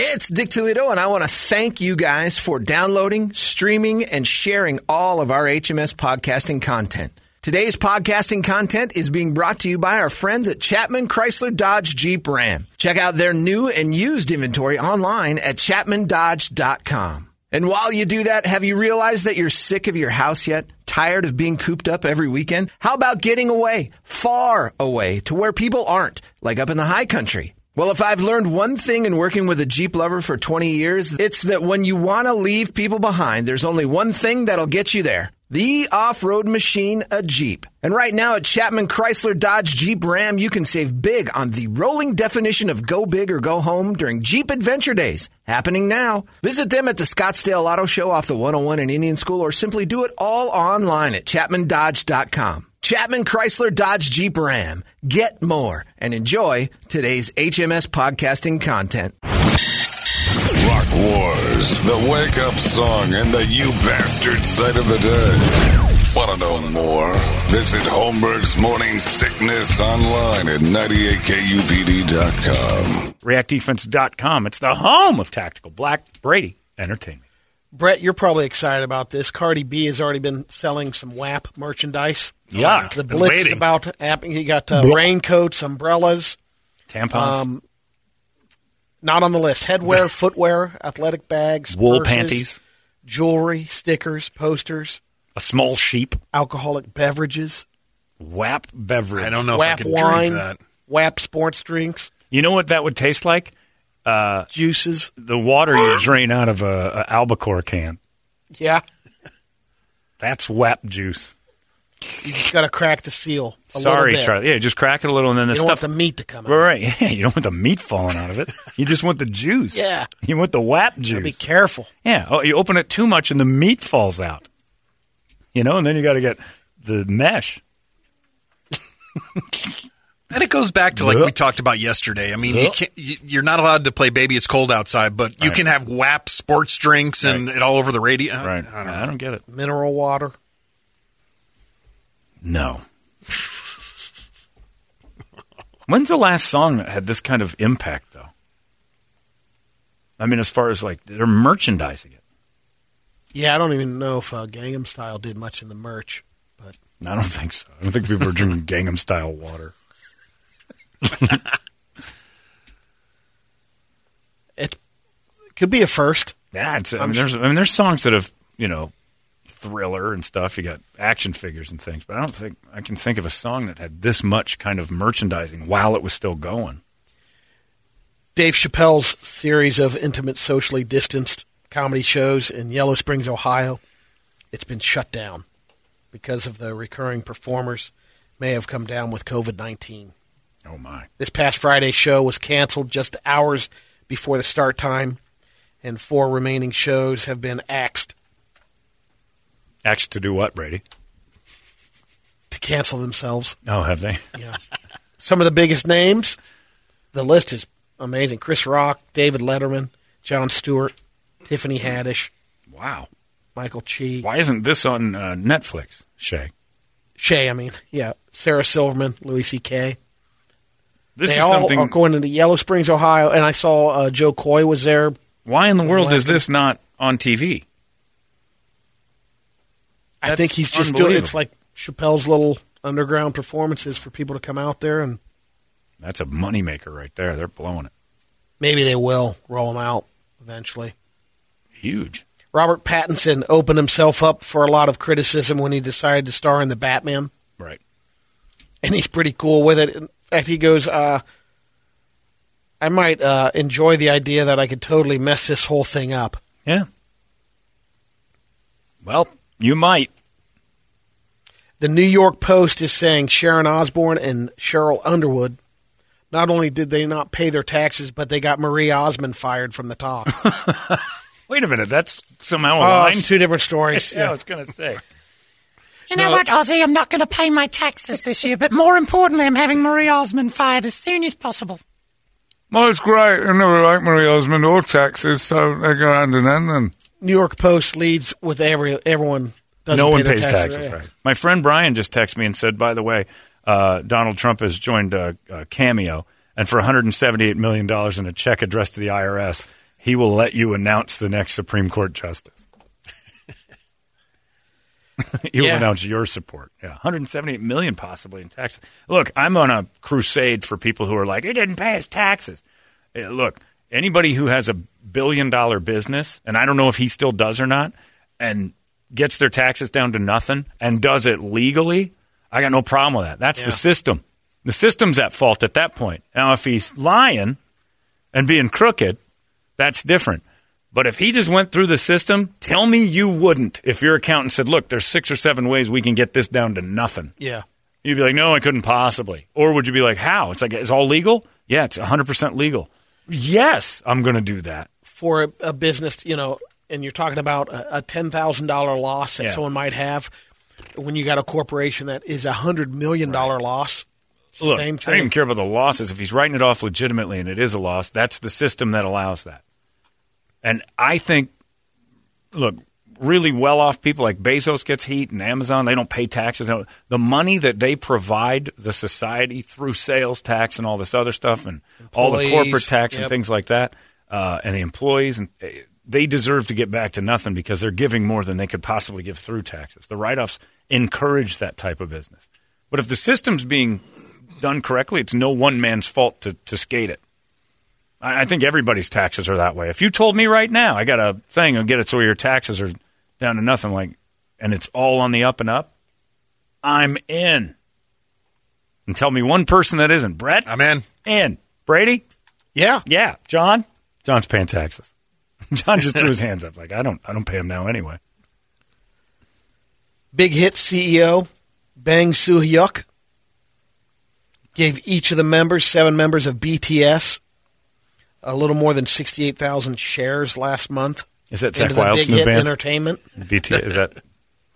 It's Dick Toledo, and I want to thank you guys for downloading, streaming, and sharing all of our HMS podcasting content. Today's podcasting content is being brought to you by our friends at Chapman Chrysler Dodge Jeep Ram. Check out their new and used inventory online at chapmandodge.com. And while you do that, have you realized that you're sick of your house yet? Tired of being cooped up every weekend? How about getting away, far away, to where people aren't, like up in the high country? Well, if I've learned one thing in working with a Jeep lover for 20 years, it's that when you want to leave people behind, there's only one thing that'll get you there. The off-road machine, a Jeep. And right now at Chapman Chrysler Dodge Jeep Ram, you can save big on the rolling definition of go big or go home during Jeep Adventure Days, happening now. Visit them at the Scottsdale Auto Show off the 101 in Indian School or simply do it all online at chapmandodge.com. Chapman Chrysler Dodge Jeep Ram. Get more and enjoy today's HMS podcasting content. Rock Wars, the wake up song, and the you bastard sight of the day. Want to know more? Visit Holmberg's Morning Sickness online at 98kupd.com. reactdefense.com. It's the home of Tactical Black Brady Entertainment. Brett, you're probably excited about this. Cardi B has already been selling some WAP merchandise. Yuck. The Been Blitz is waiting. about to happen. He got uh, raincoats, umbrellas, Tampons, Um, not on the list. Headwear, footwear, athletic bags, wool purses, panties, jewelry, stickers, posters, a small sheep, alcoholic beverages, WAP beverage. I don't know WAP if I can wine, drink that. WAP sports drinks, You know what that would taste like? juices. The water you drain out of a, a albacore can. Yeah, That's WAP juice. you just got to crack the seal. A little Sorry, bit. Charlie. Yeah, just crack it a little, and then the You don't stuff. want the meat to come out. right, right. Yeah, you don't want the meat falling out of it. You just want the juice. Yeah. You want the WAP juice. Be careful. Yeah. Oh, you open it too much and the meat falls out. You know, and then you got to get the mesh. And it goes back to like Yeah. we talked about yesterday. I mean, you can't, you, you're not allowed to play "Baby It's Cold Outside," but you Right. can have WAP sports drinks and Right. it all over the radio. Right. I don't I don't get it. Mineral water. No. When's the last song that had this kind of impact, though? I mean, as far as like they're merchandising it. Yeah, I don't even know if uh, Gangnam Style did much in the merch, but I don't think so. I don't think people are drinking Gangnam Style water. it could be a first. Yeah, it's, I mean, there's I mean, there's songs that have you know, thriller and stuff. You got action figures and things, but I don't think I can think of a song that had this much kind of merchandising while it was still going. Dave Chappelle's series of intimate, socially distanced comedy shows in Yellow Springs, Ohio, it's been shut down because of the recurring performers may have come down with COVID 19. Oh my! This past Friday's show was canceled just hours before the start time, and four remaining shows have been axed Asked to do what, Brady? to cancel themselves. Oh, have they? Yeah. Some of the biggest names. The list is amazing. Chris Rock, David Letterman, John Stewart, Tiffany Haddish, Wow! Michael Chi, Why isn't this on uh, Netflix, Shay? Shay, I mean, yeah, Sarah Silverman, Louis C.K. This they is all something. are going into Yellow Springs, Ohio, and I saw uh, Joe Coy was there. why in the world is Lacking. this not on TV? I That's think he's just doing it's unbelievable. like Chappelle's little underground performances for people to come out there, and That's a moneymaker right there. They're blowing it maybe they will roll them out eventually. huge. Robert Pattinson opened himself up for a lot of criticism when he decided to star in the Batman. Right. and he's pretty cool with it. In fact, he goes, uh, "I might uh, enjoy the idea that I could totally mess this whole thing up." Yeah. Well, you might. The New York Post is saying Sharon Osbourne and Cheryl Underwood. Not only did they not pay their taxes, but they got Marie Osmond fired from the top. Wait a minute. That's somehow oh, aligned it's two different stories. Yeah, I yeah. was going to say. You know what, Ozzy? I'm not going to pay my taxes this year, but more importantly, I'm having Marie Osmond fired as soon as possible. Well, it's great. I never like Marie Osmond or taxes, so they go hand in hand then. New York Post leads with every everyone. Doesn't no pay one their pays taxes. right. My friend Brian just texted me and said, by the way, uh, Donald Trump has joined uh, uh, Cameo, and for $178 million in a check addressed to the IRS, he will let you announce the next Supreme Court justice. he will Yeah. announce your support. Yeah, 178 million possibly in taxes. Look, I'm on a crusade for people who are like, he didn't pay his taxes. Uh, Look, anybody who has a billion dollar business, and I don't know if he still does or not, and gets their taxes down to nothing and does it legally, I got no problem with that. That's the system. The system's at fault at that point. Now, if he's lying and being crooked, that's different. But if he just went through the system, tell me you wouldn't. If your accountant said, look, there's six or seven ways we can get this down to nothing, Yeah. you'd be like, no, I couldn't possibly. Or would you be like, how? It's like, it's all legal? Yeah, it's 100% legal. Yes, I'm going to do that. For a, a business, you know, and you're talking about a, a ten thousand dollar loss that Yeah. someone might have when you got a corporation that is a hundred million dollar loss. It's the Look, same I don't even thing. care about the losses. If he's writing it off legitimately and it is a loss, that's the system that allows that. And I think, look, really well off people like Bezos gets heat and Amazon, they don't pay taxes. The money that they provide the society through sales tax and all this other stuff and all the Employees, corporate tax and yep. things like that, uh, and the employees, and eh, they deserve to get back to nothing because they're giving more than they could possibly give through taxes. The write offs encourage that type of business. But if the system's being done correctly, it's no one man's fault to, to skate it. I, I think everybody's taxes are that way. If you told me right now, I got a thing and get it so your taxes are down to nothing, like, and it's all on the up and up, I'm in. And tell me one person that isn't. Brett? I'm in. in. Brady? Yeah. Yeah. John? John's paying taxes. John just threw his hands up, like I don't, I don't pay him now anyway. Big Hit CEO Bang Soo Hyuk gave each of the members, seven members of BTS, a little more than 68,000 shares last month. Is that into Zach the Wilde's Big new Hit band? Entertainment. BTS? Is that?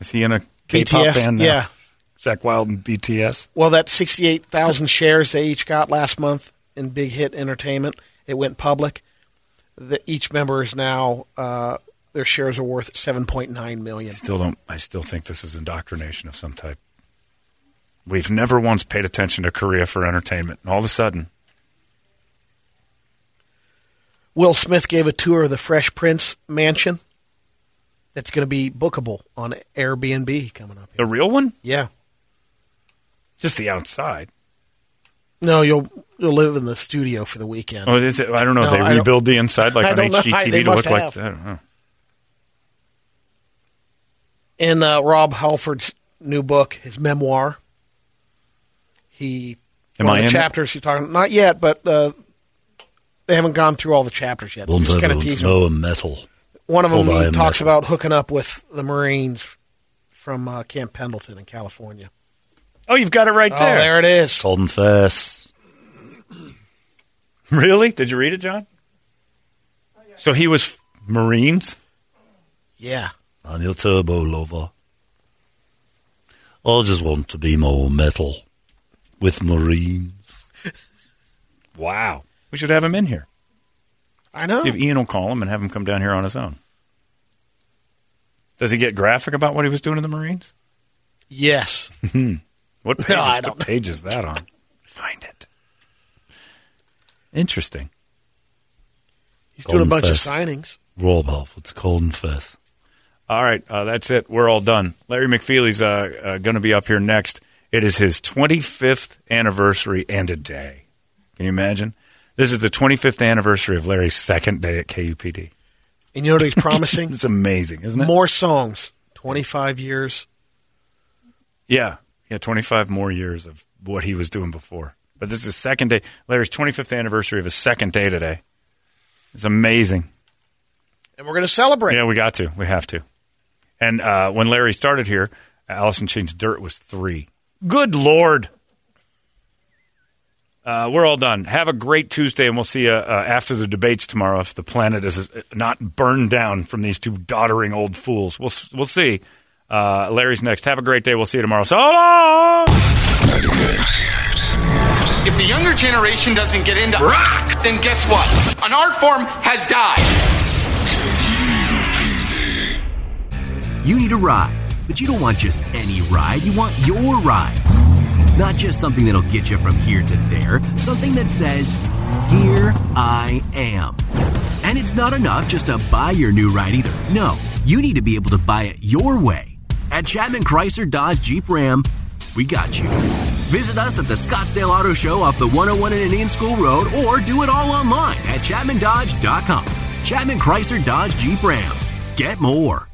Is he in a K-pop BTS, band now? yeah. Zach Wild and BTS. Well, that 68,000 shares they each got last month in Big Hit Entertainment, it went public. The, each member is now, uh, their shares are worth 7.9 million. Still don't. I still think this is indoctrination of some type. We've never once paid attention to Korea for entertainment, and all of a sudden, Will Smith gave a tour of the Fresh Prince mansion. That's going to be bookable on Airbnb coming up. the real one, Yeah. just the outside. No, you'll you'll live in the studio for the weekend. Oh, is it? I don't know. No, they I don't- rebuild the inside like I on don't know. HGTV They to look must like. have. I don't know. In uh, Rob Halford's new book, his memoir, he Am one I of in the it? chapters he's talking not yet, but uh, they haven't gone through all the chapters yet. Just kinda teasing. metal. One of them Hold on, he I'm talks messing. about hooking up with the Marines from uh, Camp Pendleton in California. Oh, you've got it right Oh, there it is. Golden Fest. Really? Did you read it, John? So he was Marines. Yeah. On your turbo lover. I just want to be more metal with Marines. Wow. We should have him in here. I know. See if Ian will call him and have him come down here on his own. Does he get graphic about what he was doing in the Marines? Yes. What page, I don't what page is that on? Find it. Interesting. He's doing a Golden bunch Fest. of signings. Rob Halford's Golden Fest. All right, uh, that's it. We're all done. Larry McFeely's uh, uh, going to be up here next. It is his 25th anniversary and a day. Can you imagine? This is the 25th anniversary of Larry's second day at KUPD. And you know what he's promising? It's amazing, isn't it? More songs. 25 years. Yeah. Yeah, 25 more years of what he was doing before. But this is the second day. Larry's 25th anniversary of his second day today. It's amazing. And we're going to celebrate. Yeah, we got to. We have to. And uh, when Larry started here, Allison Chain's Dirt was three. Good Lord. Uh, we're all done. Have a great Tuesday, and we'll see you uh, after the debates tomorrow if the planet is uh, not burned down from these two doddering old fools. We'll, we'll see. Uh, Larry's next. Have a great day. We'll see you tomorrow. So long! 98. If the younger generation doesn't get into rock, then guess what? An art form has died. KUPD. You need a ride, but you don't want just any ride. You want your ride. Not just something that'll get you from here to there, something that says, Here I am. And it's not enough just to buy your new ride either. No, you need to be able to buy it your way. At Chapman Chrysler Dodge Jeep Ram, we got you. Visit us at the Scottsdale Auto Show off the 101 and Indian School Road or do it all online at chapmandodge.com. Chapman Chrysler Dodge Jeep Ram. Get more.